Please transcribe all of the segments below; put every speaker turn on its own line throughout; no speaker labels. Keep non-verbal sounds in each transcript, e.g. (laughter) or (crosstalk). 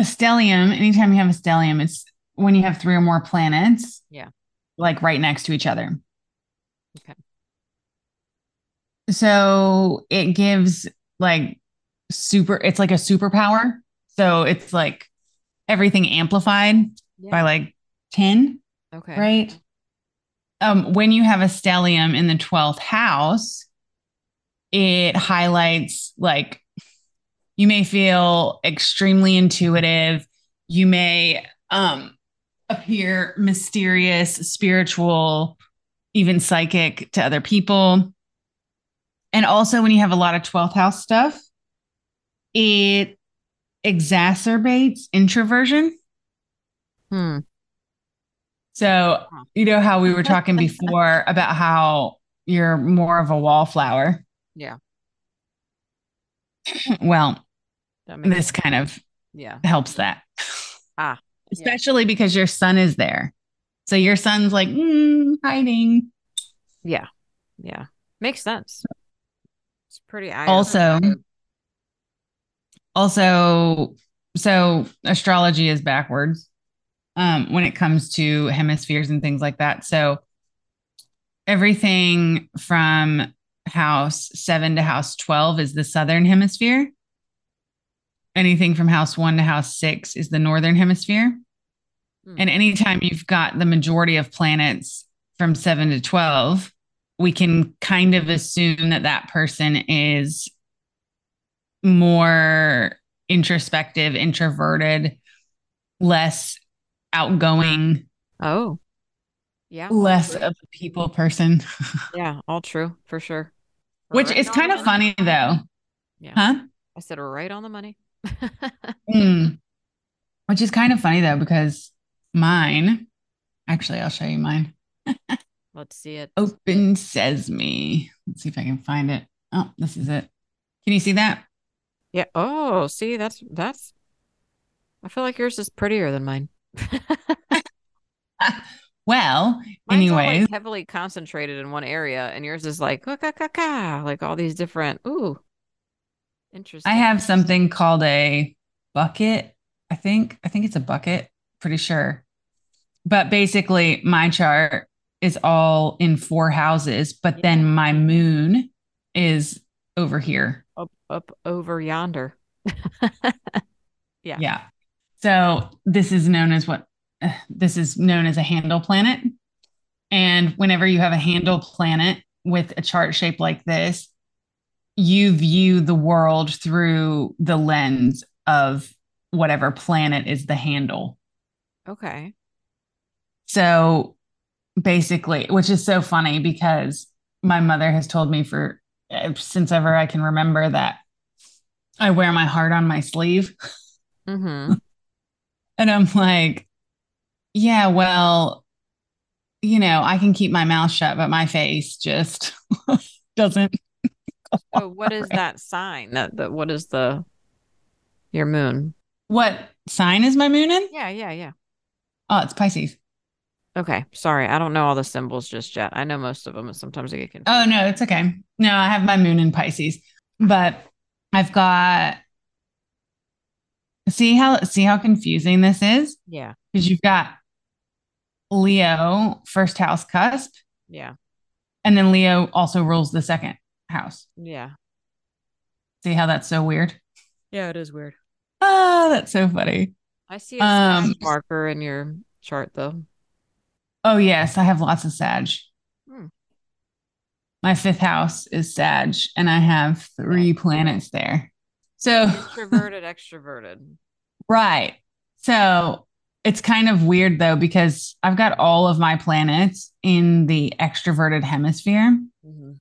stellium, anytime you have a stellium, it's when you have three or more planets.
Yeah.
Like right next to each other.
Okay.
So it gives like super, it's like a superpower. So it's like everything amplified by
Yeah.
like 10,
Okay.
right? Um, when you have a stellium in the 12th house, it highlights like you may feel extremely intuitive you may um appear mysterious spiritual even psychic to other people and also when you have a lot of 12th house stuff it exacerbates introversion
Hmm.
so
Huh.
you know how we were talking before about how you're more of a wallflower
Yeah.
(clears throat) well
That makes
this kind of
yeah.
helps that.
Ah, yeah.
Especially because your son is there. So your son's like mm, hiding.
Yeah. Yeah. Makes sense. It's pretty eye
Also, also, so astrology is backwards um, when it comes to hemispheres and things like that. So everything from house seven to house 12 is the southern hemisphere. Anything from house one to house six is the northern hemisphere.
Hmm.
And anytime you've got the majority of planets from seven to 12, we can kind of assume that that person is more introspective, introverted, less outgoing,
Oh. Yeah.
less of a people person,
Yeah. All true for sure. We're
which
right
is
on the
kind of
money.
funny though.
Yeah.
Huh?
I said we're right on the money.
Mm. Which is kind of funny though, because mine, actually, I'll show you mine.
Let's see it.
Open Sesame. Let's see if I can find it. Oh, this is it. Can you see that?
Yeah. Oh, see, that's that's I feel like yours is prettier than mine.
well,
Mine's all, like,
anyways,
heavily concentrated in one area, and yours is like "Ah, ah, ah, ah," like all these different. Ooh, interesting.
I have something called a bucket. I think I think it's a bucket, pretty sure. But basically, my chart is all in four houses, but then my moon is over here.
up up over yonder. Yeah.
Yeah. So this is known as what (sighs) uh, this is known as a handle planet. And whenever you have a handle planet with a chart shape like this, you view the world through the lens of whatever planet is the handle.
Okay.
So basically, which is so funny because my mother has told me for eh, since ever I can remember that I wear my heart on my sleeve. (laughs)
Mm-hmm.
And I'm like, yeah, well, you know, I can keep my mouth shut, but my face just (laughs) doesn't.
So, what is that sign? That that what is the your moon?
What sign is my moon in?
Yeah, yeah, yeah.
Oh, it's Pisces.
Okay. Sorry, I don't know all the symbols just yet. I know most of them, and sometimes I get confused.
Oh, no, it's okay. No, I have my moon in Pisces, but I've got, see how, see how confusing this is?
Yeah,
Because you've got Leo, first house cusp,
yeah,
and then Leo also rules the second house.
yeah,
See how that's so weird?
yeah. It is weird.
Oh, that's so funny.
I see a sag
Um,
marker in your chart, though.
Oh, yes, I have lots of Sag.
Hmm.
My fifth house is Sag, and I have three planets there. So,
Introverted, extroverted.
right. So it's kind of weird though, because I've got all of my planets in the extroverted hemisphere,
Mm-hmm.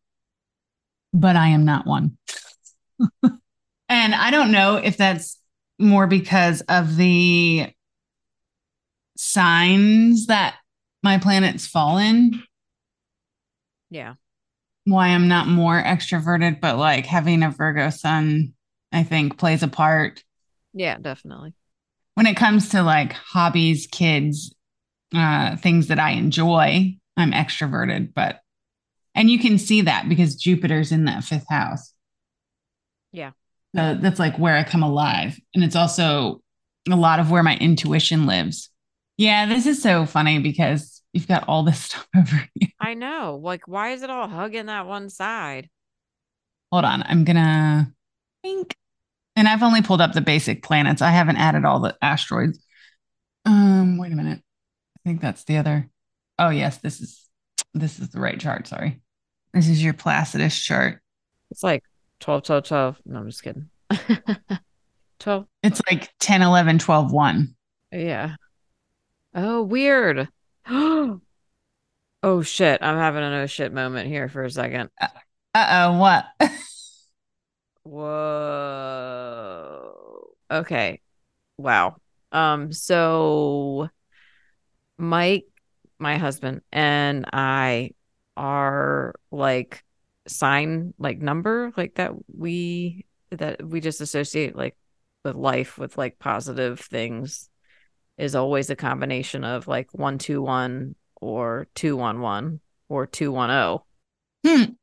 but I am not one. (laughs) and I don't know if that's more because of the signs that my planets fall in
Yeah.
why I'm not more extroverted, but like having a Virgo sun, I think plays a part
Yeah, definitely.
when it comes to like hobbies, kids, uh, things that I enjoy. I'm extroverted, but and you can see that because Jupiter's in that fifth house.
Yeah.
So that's like where I come alive. And it's also a lot of where my intuition lives. Yeah, this is so funny because you've got all this (laughs) stuff over you.
I know. Like, why is it all hugging that one side?
Hold on. I'm gonna think. And I've only pulled up the basic planets. I haven't added all the asteroids. Um, wait a minute. I think that's the other. Oh yes, this is this is the right chart. Sorry. This is your Placidus chart.
It's like 12, 12, 12. No, I'm just kidding. (laughs) 12.
It's like 10, 11, 12, 1.
Yeah. Oh, weird. (gasps) oh, shit. I'm having an oh shit moment here for a second.
Uh-oh, what? (laughs)
Whoa. Okay. Wow. Um, so Mike, my husband, and I are like sign like number like that we that we just associate like with life with like positive things is always a combination of like 121 or 211 or 210
Hmm,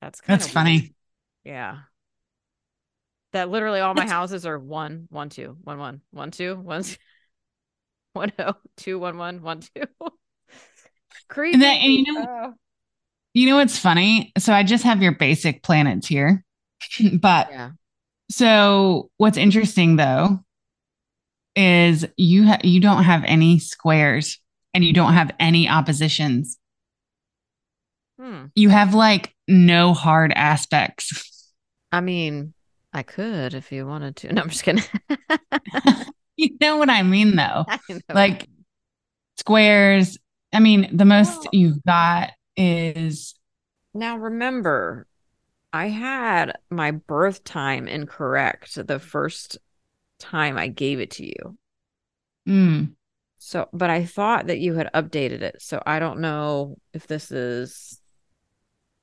that's kind
that's funny.
yeah that literally all my houses are one one two one one one two one two (laughs) one oh two one one one two (laughs) creepy
And, that, and you know
Oh.
you know what's funny? So I just have your basic planets here. (laughs) but
yeah
So what's interesting though is you ha- you don't have any squares and you don't have any oppositions.
hmm
You have like no hard aspects. (laughs)
I mean, I could if you wanted to. (laughs) No, I'm just kidding.
you know what I mean though?
I know.
Like squares, I mean the most
Well-
you've got is
now remember, I had my birth time incorrect the first time I gave it to you.
mm,
So, but I thought that you had updated it. So I don't know if this is,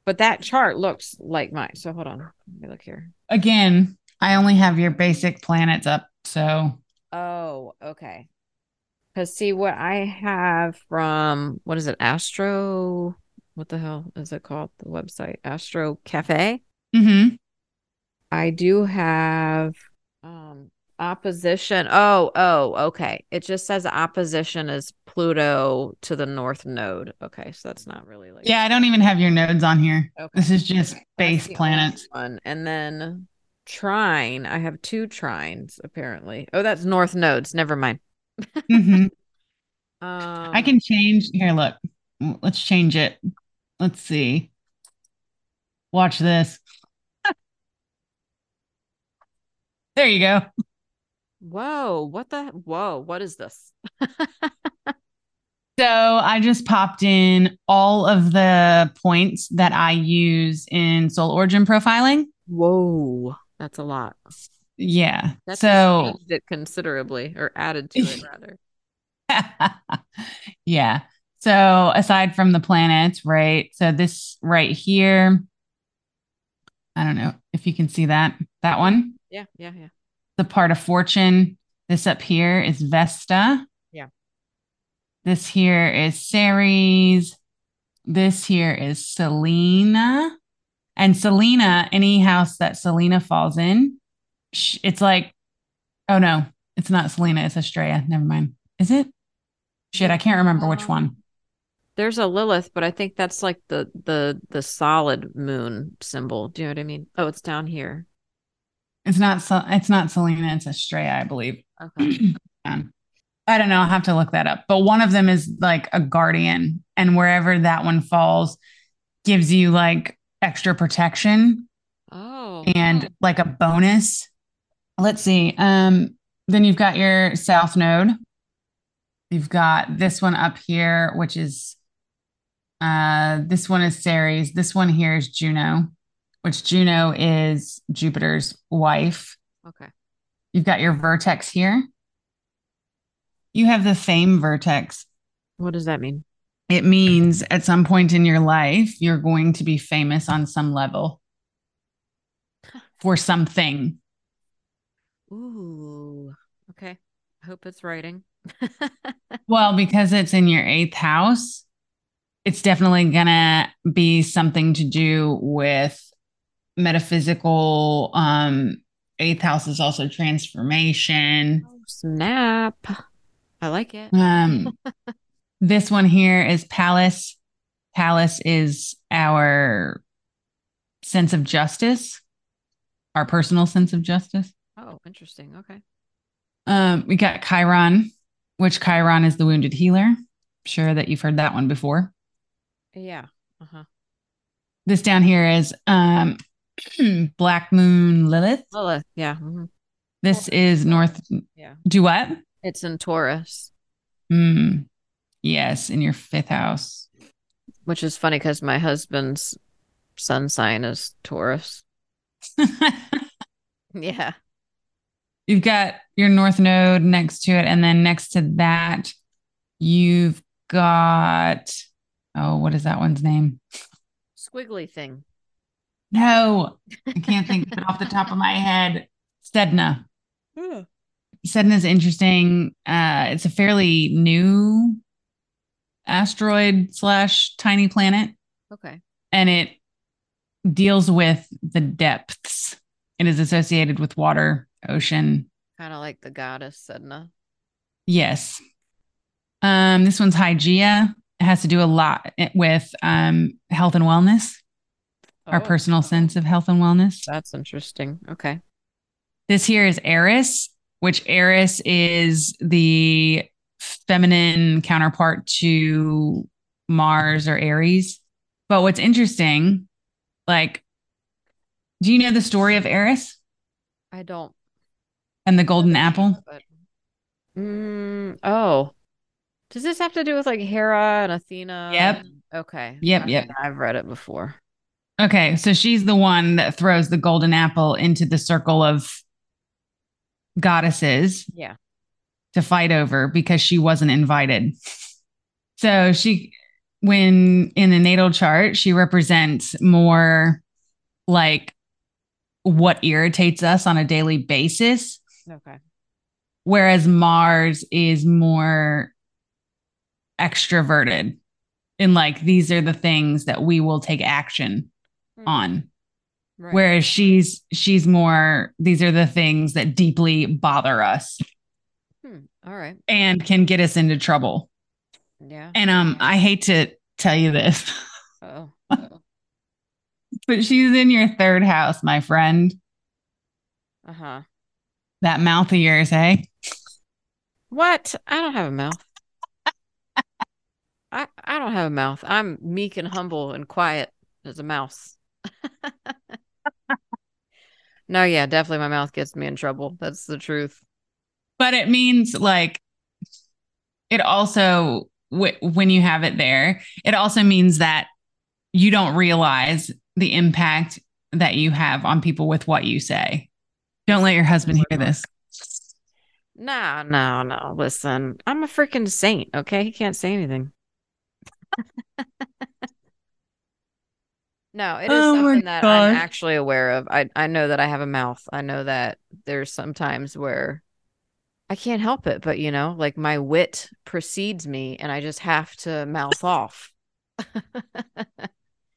but that chart looks like mine. So hold on. Let me look here.
again, I only have your basic planets up. So
Oh, okay. Because see what I have from what is it? Astro, what the hell is it called? The website Astro Cafe.
mhm.
I do have um opposition. Oh, oh, okay. It just says opposition is Pluto to the North Node. Okay, so that's not really like
Yeah, I don't even have your nodes on here.
Okay.
This is just
That's
base
the only
planets.
One. And then trine. I have two trines apparently. Oh, that's North Nodes. Never mind.
Mhm.
Um,
I can change here. Look, Mm, let's change it. Let's see. Watch this. (laughs) there you go.
Whoa, what the whoa, what is this?
So I just popped in all of the points that I use in soul origin profiling.
Whoa, that's a lot.
Yeah.
That's
so
changed it considerably or added
(laughs)
to it rather.
yeah. So aside from the planets, right? So this right here, I don't know if you can see that. That one.
Yeah, yeah, yeah.
the part of fortune. This up here is Vesta.
Yeah.
This here is Ceres. This here is Selena. And Selena, any house that Selena falls in, sh- it's like, oh no, it's not Selena, it's Estrella. Never mind. Is it? Shit, I can't remember which one.
There's a Lilith, but I think that's like the the the solid moon symbol. Do you know what I mean? Oh, it's down here.
It's not. Sel- It's not Selena. It's Estrella, I believe. (clears throat)
Okay.
Um, I don't know. I'll have to look that up. But one of them is like a guardian, and wherever that one falls gives you like extra protection
Oh.
and like a bonus. Let's see. Um, then you've got your south node. You've got this one up here, which is uh this one is Ceres. This one here is Juno, which Juno is Jupiter's wife.
okay.
You've got your vertex here. You have the fame vertex.
What does that mean?
It means at some point in your life, you're going to be famous on some level for something.
Ooh. Okay. I hope it's writing.
Well, because it's in your eighth house, it's definitely going to be something to do with metaphysical. Um, eighth house is also transformation.
Snap. I like it.
Um, this one here is Palace. Palace is our sense of justice, our personal sense of justice.
Oh, interesting. Okay.
Um, we got Chiron, which Chiron is the wounded healer. I'm sure that you've heard that one before.
Yeah. Uh-huh.
This down here is um, (clears throat) Black Moon Lilith.
Lilith. Yeah. mhm.
This is North.
Yeah.
Do what?
It's in Taurus,
Hmm. Yes, in your fifth house. (laughs)
which is funny because my husband's sun sign is Taurus. (laughs) Yeah.
you've got your north node next to it and then next to that you've got oh what is that one's name
Squiggly thing.
no i can't think of it off the top of my head sedna sedna is interesting uh it's a fairly new asteroid slash tiny planet
Okay.
and it deals with the depths it is associated with water ocean
Kind of like the goddess Sedna.
Yes. Um, this one's Hygiea. It has to do a lot with um, health and wellness, our
Oh,
personal sense of health and wellness.
That's interesting. Okay.
This here is Eris, which Eris is the feminine counterpart to Mars or Aries. But what's interesting, like, do you know the story of Eris
I don't.
and the golden apple?
But... Mm, oh. Does this have to do with like Hera and Athena?
Yep.
and- Okay.
Yep,
I
yep.
think I've read it before.
Okay, so she's the one that throws the golden apple into the circle of goddesses
Yeah.
to fight over because she wasn't invited. So she, when in the natal chart, she represents more like what irritates us on a daily basis,
Okay.
whereas Mars is more extroverted. And like these are the things that we will take action
Hmm,
on
right.
whereas she's she's more these are the things that deeply bother us
Hmm, all right.
and can get us into trouble
Yeah.
and um i hate to tell you this (laughs)
Oh.
but she's in your third house my friend
Uh huh.
that mouth of yours hey
What? I don't have a mouth. I I don't have a mouth. I'm meek and humble and quiet as a mouse. (laughs) No, yeah, definitely my mouth gets me in trouble. That's the truth.
but it means like it also wh- when you have it there it also means that you don't realize the impact that you have on people with what you say don't let your husband hear this
No, no, no. Listen, I'm a freaking saint, okay? He can't say anything. (laughs) No, it is
Oh my
something that I'm
gosh.
actually aware of. I I know that I have a mouth. I know that there's sometimes where I can't help it, but you know, like my wit precedes me and I just have to mouth off.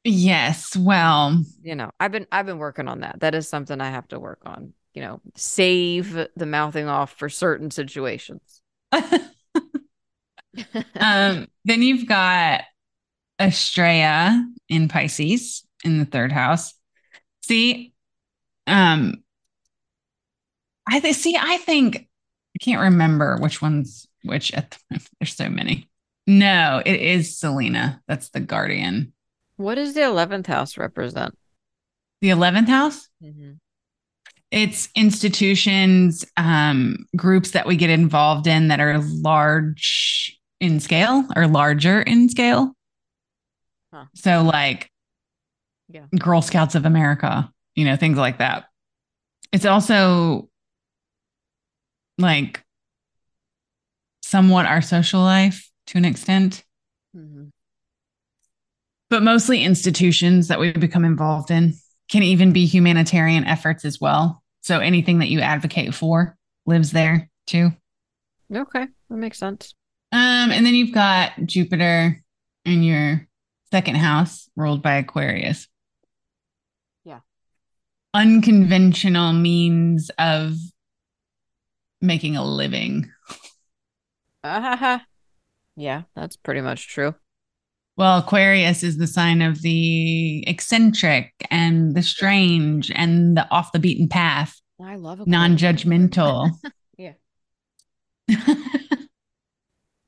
yes well (laughs)
you know i've been i've been working on that that is something i have to work on you know save the mouthing off for certain (laughs) situations
um, then you've got Estrella in Pisces in the third house. See, um, I th- see. I think I can't remember which ones which. At the moment. (laughs) There's so many. No, it is Selena. That's the guardian.
what does the 11th house represent
The eleventh house.
Mm-hmm.
It's institutions, um, groups that we get involved in that are large in scale or larger in scale.
Huh.
So, like,
Yeah.
Girl Scouts of America, you know, things like that. It's also like somewhat our social life to an extent,
Mm-hmm.
but mostly institutions that we become involved in can even be humanitarian efforts as well. So, anything that you advocate for lives there too.
okay that makes sense
Um, and then you've got Jupiter in your second house, ruled by Aquarius.
Yeah.
Unconventional means of making a living.
Ah-ha-ha. Yeah, that's pretty much true.
Well, Aquarius is the sign of the eccentric and the strange and the off the beaten path,
I love
non judgmental.
(laughs) Yeah.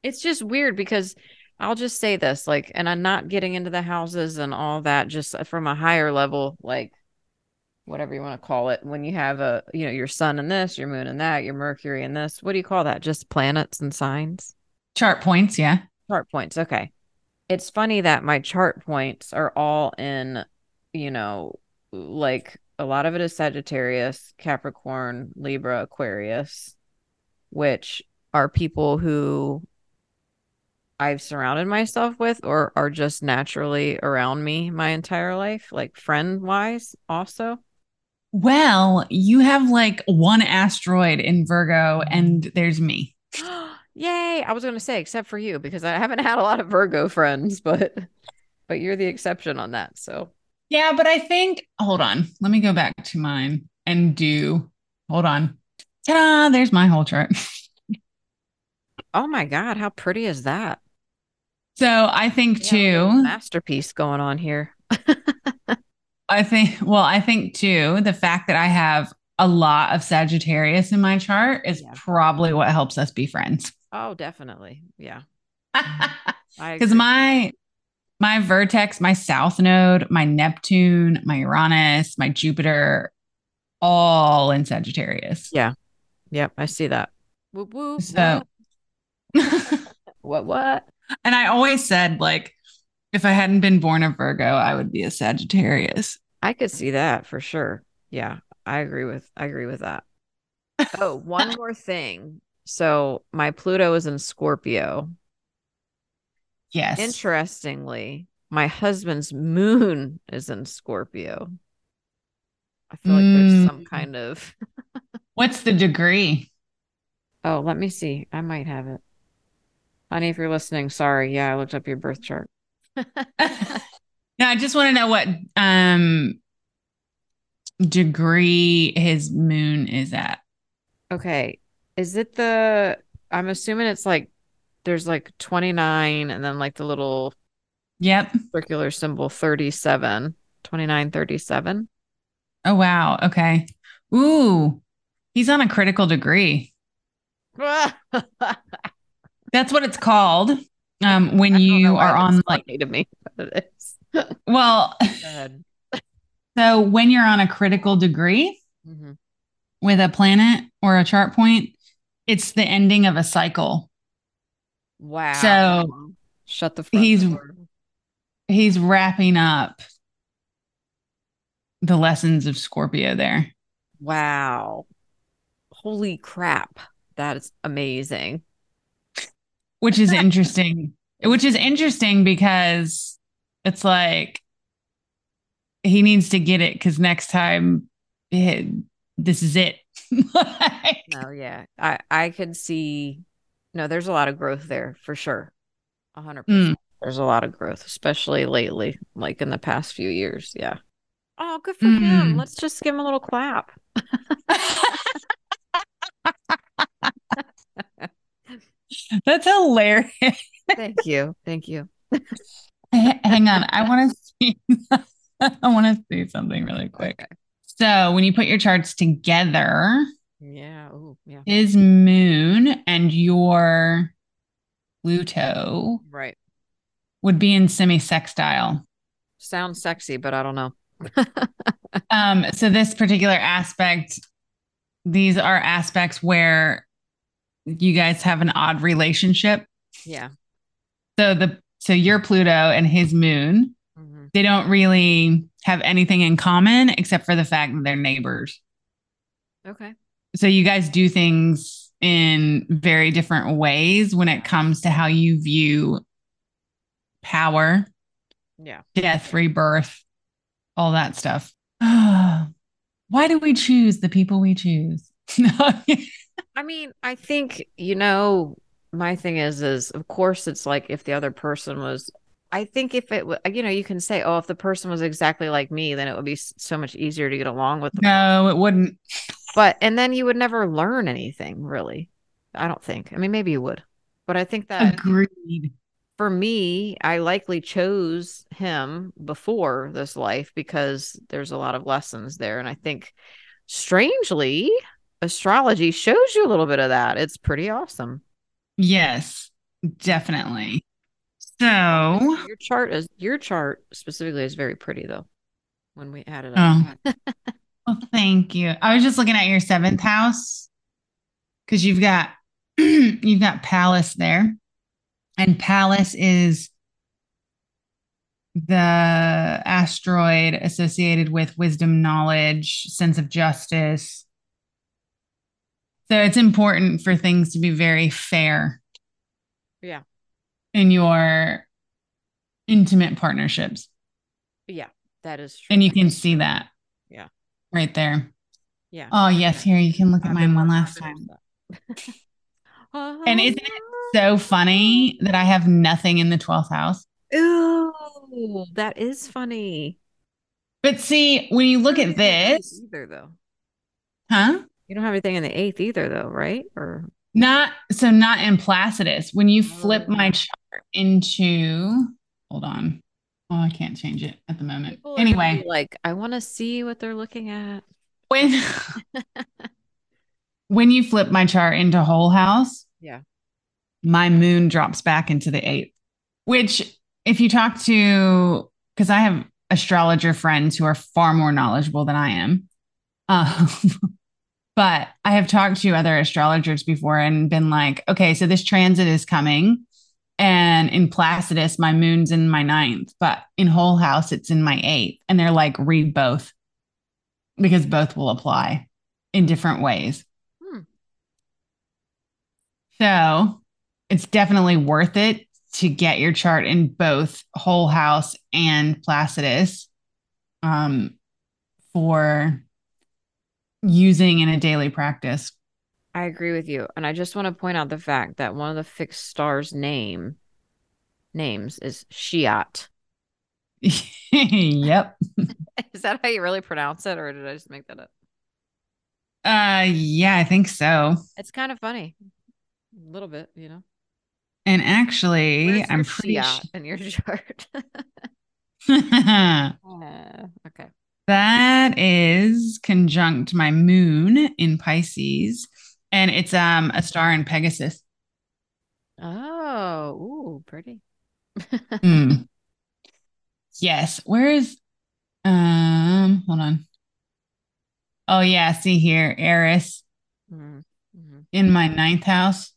It's just weird because I'll just say this, like, and I'm not getting into the houses and all that, just from a higher level, like whatever you want to call it. When you have a, you know, your sun and this, your moon and that, your Mercury and this, what do you call that? Just planets and signs?
(laughs) Chart points, yeah.
Chart points. Okay. It's funny that my chart points are all in, you know, like a lot of it is Sagittarius, Capricorn, Libra, Aquarius, which are people who I've surrounded myself with or are just naturally around me my entire life, like friend wise, also. (gasps)
Well, you have like one asteroid in Virgo, and there's me.
Yay. I was going to say, except for you, because I haven't had a lot of Virgo friends, (laughs) but. But you're the exception on that. So
Yeah, but I think, hold on. Let me go back to mine and do, hold on. Ta da, there's my whole chart. (laughs)
oh my God, how pretty is that?
So I think too,
Masterpiece going on here.
I think, well, I think too, the fact that I have a lot of Sagittarius in my chart is
Yeah.
probably what helps us be
(laughs)
friends.
Oh, definitely. Yeah. I
because
agree.
my my vertex my south node my neptune my uranus my jupiter all in (laughs) sagittarius
Yep, I see that. Whoop whoop.
So- and
what what?
i always said like if i hadn't been born a virgo i would be a sagittarius
I could see that for sure. Yeah, I agree with I agree with that.
(laughs)
Oh, one more thing. So my Pluto is in Scorpio.
yes
Interestingly, my husband's moon is in Scorpio. I feel like
Mm.
there's some kind of
what's the degree
(laughs) Oh, let me see. I might have it. Honey, if you're listening, sorry. Yeah, I looked up your birth chart.
no i just want to know what um degree his moon is at
Okay. Is it the I'm assuming it's like there's like 29 and then like the little
yep
circular symbol 37. 29 37.
oh wow okay ooh he's on a critical degree
(laughs) I
That's what it's called. Um, when
don't know
you
why
are
that's
on like,
funny to me, (laughs) but it is.
well, (laughs) so when you're on a critical degree
Mhm.
with a planet or a chart point, it's the ending of a cycle.
Wow.
So,
shut the front
he's-
door.
He's wrapping up the lessons of Scorpio there.
Wow. Holy crap. That is amazing.
which
(laughs)
is interesting which is interesting because it's like he needs to get it because next time eh, this is it (laughs) Like,
No, yeah. I I could see no, there's a lot of growth there for sure. A 100%.
mm.
There's a lot of growth, especially lately, like in the past few years. Yeah. Oh, good for
Mm.
him. Let's just give him a little clap.
that's hilarious
Thank you. Thank you.
H- (laughs) hang on i want to see (laughs) i want to see something really quick so when you put your charts together
Yeah. Ooh, yeah.
his moon and your pluto
Right.
would be in semi sextile.
Sounds sexy, but I don't know.
Um, so this particular aspect, these are aspects where you guys have an odd relationship.
Yeah.
So the so your Pluto and his moon,
Mhm.
they don't really have anything in common except for the fact that they're neighbors.
Okay.
So you guys do things in very different ways when it comes to how you view power,
Yeah.
death, rebirth, all that stuff. (sighs) Why do we choose the people we choose? (laughs)
I mean, I think, you know, my thing is, is of course, it's like if the other person was, I think if it, wa- you know, you can say, oh, if the person was exactly like me, then it would be s- so much easier to get along with them.
no, it wouldn't.
But and then you would never learn anything really. I don't think. I mean, maybe you would, but I think that
Agreed.
for me, I likely chose him before this life because there's a lot of lessons there. And I think, strangely, astrology shows you a little bit of that. It's pretty awesome.
Yes, definitely. So,
Your chart is your chart specifically is very pretty though. When we add it up,
Oh. well, thank you. I was just looking at your seventh house because you've got (clears throat) you've got Palace there, and Palace is the asteroid associated with wisdom, knowledge, sense of justice. So it's important for things to be very fair.
Yeah.
In your intimate partnerships.
(laughs) yeah, that is true.
And you can see that.
Yeah.
Right there.
yeah.
Oh, yes. Here, you can look at
I've
mine
been
one
more
last time.
confident of that.
And isn't it So funny that I have nothing in the 12th house.
Ooh, that is funny.
But see, when you look
You
at
don't have anything
this,
either though.
huh?
You don't have anything in the eighth either though, right? Or
Not so, not in Placidus. When you flip
Oh.
my chart into, hold on. Oh, I can't change it at the moment.
People are gonna
Anyway.
be like I want to see what they're looking at.
when (laughs) when you flip my chart into whole house
Yeah.
my moon drops back into the eighth which if you talk to because i have astrologer friends who are far more knowledgeable than i am um, (laughs) but i have talked to other astrologers before and been like okay so this transit is coming and in placidus my moon's in my ninth but in whole house it's in my eighth and they're like read both because both will apply in different ways.
Hmm.
So it's definitely worth it to get your chart in both Whole House and Placidus um, for using in a daily practice. (laughs)
I agree with you. And I just want to point out the fact that one of the fixed stars name names is Shiat.
yep.
(laughs) Is that how you really pronounce it or did I just make that up?
Uh, yeah, I think so.
It's kind of funny. A little bit, you know.
And actually,
Where's
I'm
your
pretty
Shiat in your (laughs) chart.
sure. (laughs)
(laughs) Uh, okay.
That is conjunct my moon in Pisces, and it's um a star in Pegasus.
Oh, ooh, pretty. (laughs)
Hmm. Yes, where is um hold on. Oh yeah, see here, Eris
Mhm, mhm.
in my ninth house.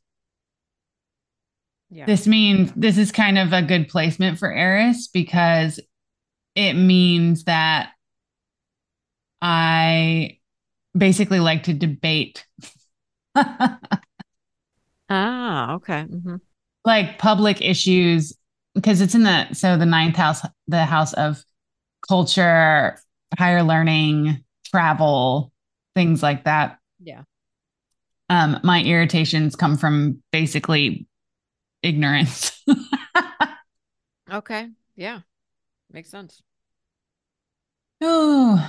Yeah.
This means this is kind of a good placement for Eris because it means that I basically like to debate. (laughs)
Ah, okay. hmm
like public issues because it's in the so the ninth house the house of culture higher learning travel things like that
Yeah.
um my irritations come from basically ignorance (laughs)
Okay. Yeah. Makes sense.
Ooh,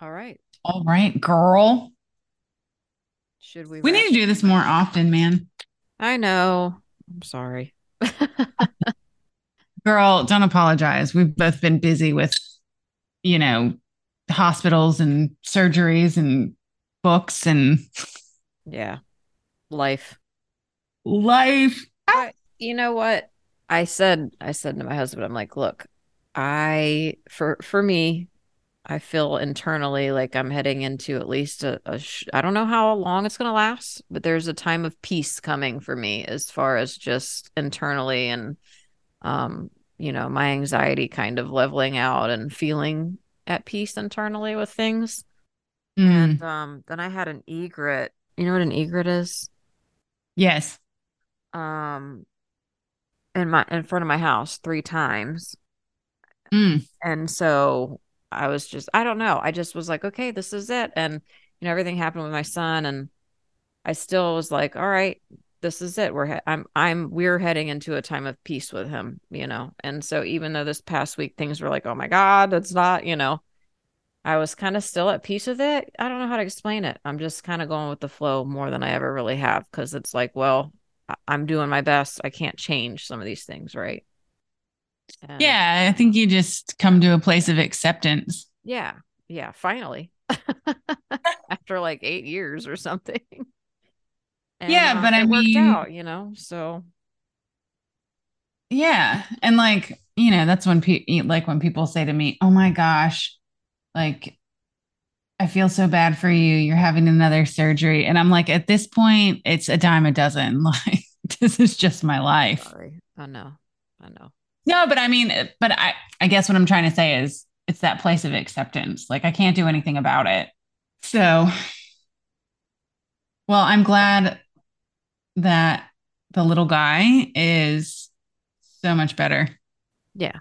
All right.
all right girl
Should we?
we need to do this more often man
I know. I'm sorry.
girl don't apologize we've both been busy with you know hospitals and surgeries and books and
yeah. Life.
life
You know what? I said. I said to my husband, I'm like, look, I for for me, I feel internally like I'm heading into at least a, a sh- I don't know how long it's going to last, but there's a time of peace coming for me as far as just internally and um, you know, my anxiety kind of leveling out and feeling at peace internally with things.
Mm,
And um, then I had an egret. You know what an egret is?
yes.
Um, in my in front of my house three times.
Mm,
And so I was just, I don't know. I just was like, okay, this is it. And, you know, everything happened with my son. And I still was like, all right, this is it. We're, he- I'm, I'm, we're heading into a time of peace with him, you know? And so even though this past week things were like, oh my God, it's not, you know, I was kind of still at peace with it. I don't know how to explain it. I'm just kind of going with the flow more than I ever really have because it's like, well, I- I'm doing my best. I can't change some of these things, right? And-
Yeah, I think you just come to a place of acceptance.
Yeah. Yeah. Finally. (laughs) After like eight years or something. (laughs) And,
Yeah,
uh,
but I
it worked
mean-
out, you know, so
Yeah. And like, you know, that's when people like when people say to me, "Oh my gosh, like I feel so bad for you. You're having another surgery." And I'm like, "At this point, it's a dime a dozen. (laughs) Like this is just my life."
sorry. I know. I know.
No, but I mean, it- but I I guess what I'm trying to say is it's that place of acceptance. Like I can't do anything about it. So well, I'm glad that the little guy is so much better.
Yeah,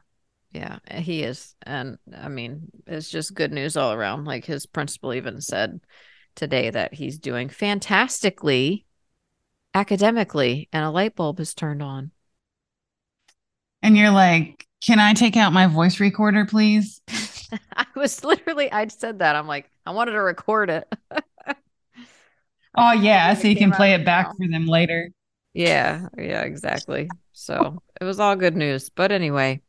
eh, he is. And I mean, it's just good news all around. Like his principal even said today that he's doing fantastically academically and a light bulb is turned on. (laughs)
And you're like, can I take out my voice recorder, please?
I was literally, I said that. I'm like, I wanted to record it. (laughs)
Oh, yeah. So you
Came
can
out
play
now.
it back for them later.
Yeah, yeah, exactly. So it was all good news. But anyway,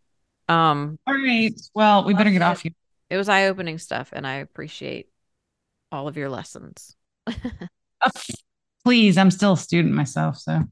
um,
All right. Well, we better get off
(laughs)
here.
it was eye opening stuff, and I appreciate all of your lessons.
Please. I'm still a student myself. So.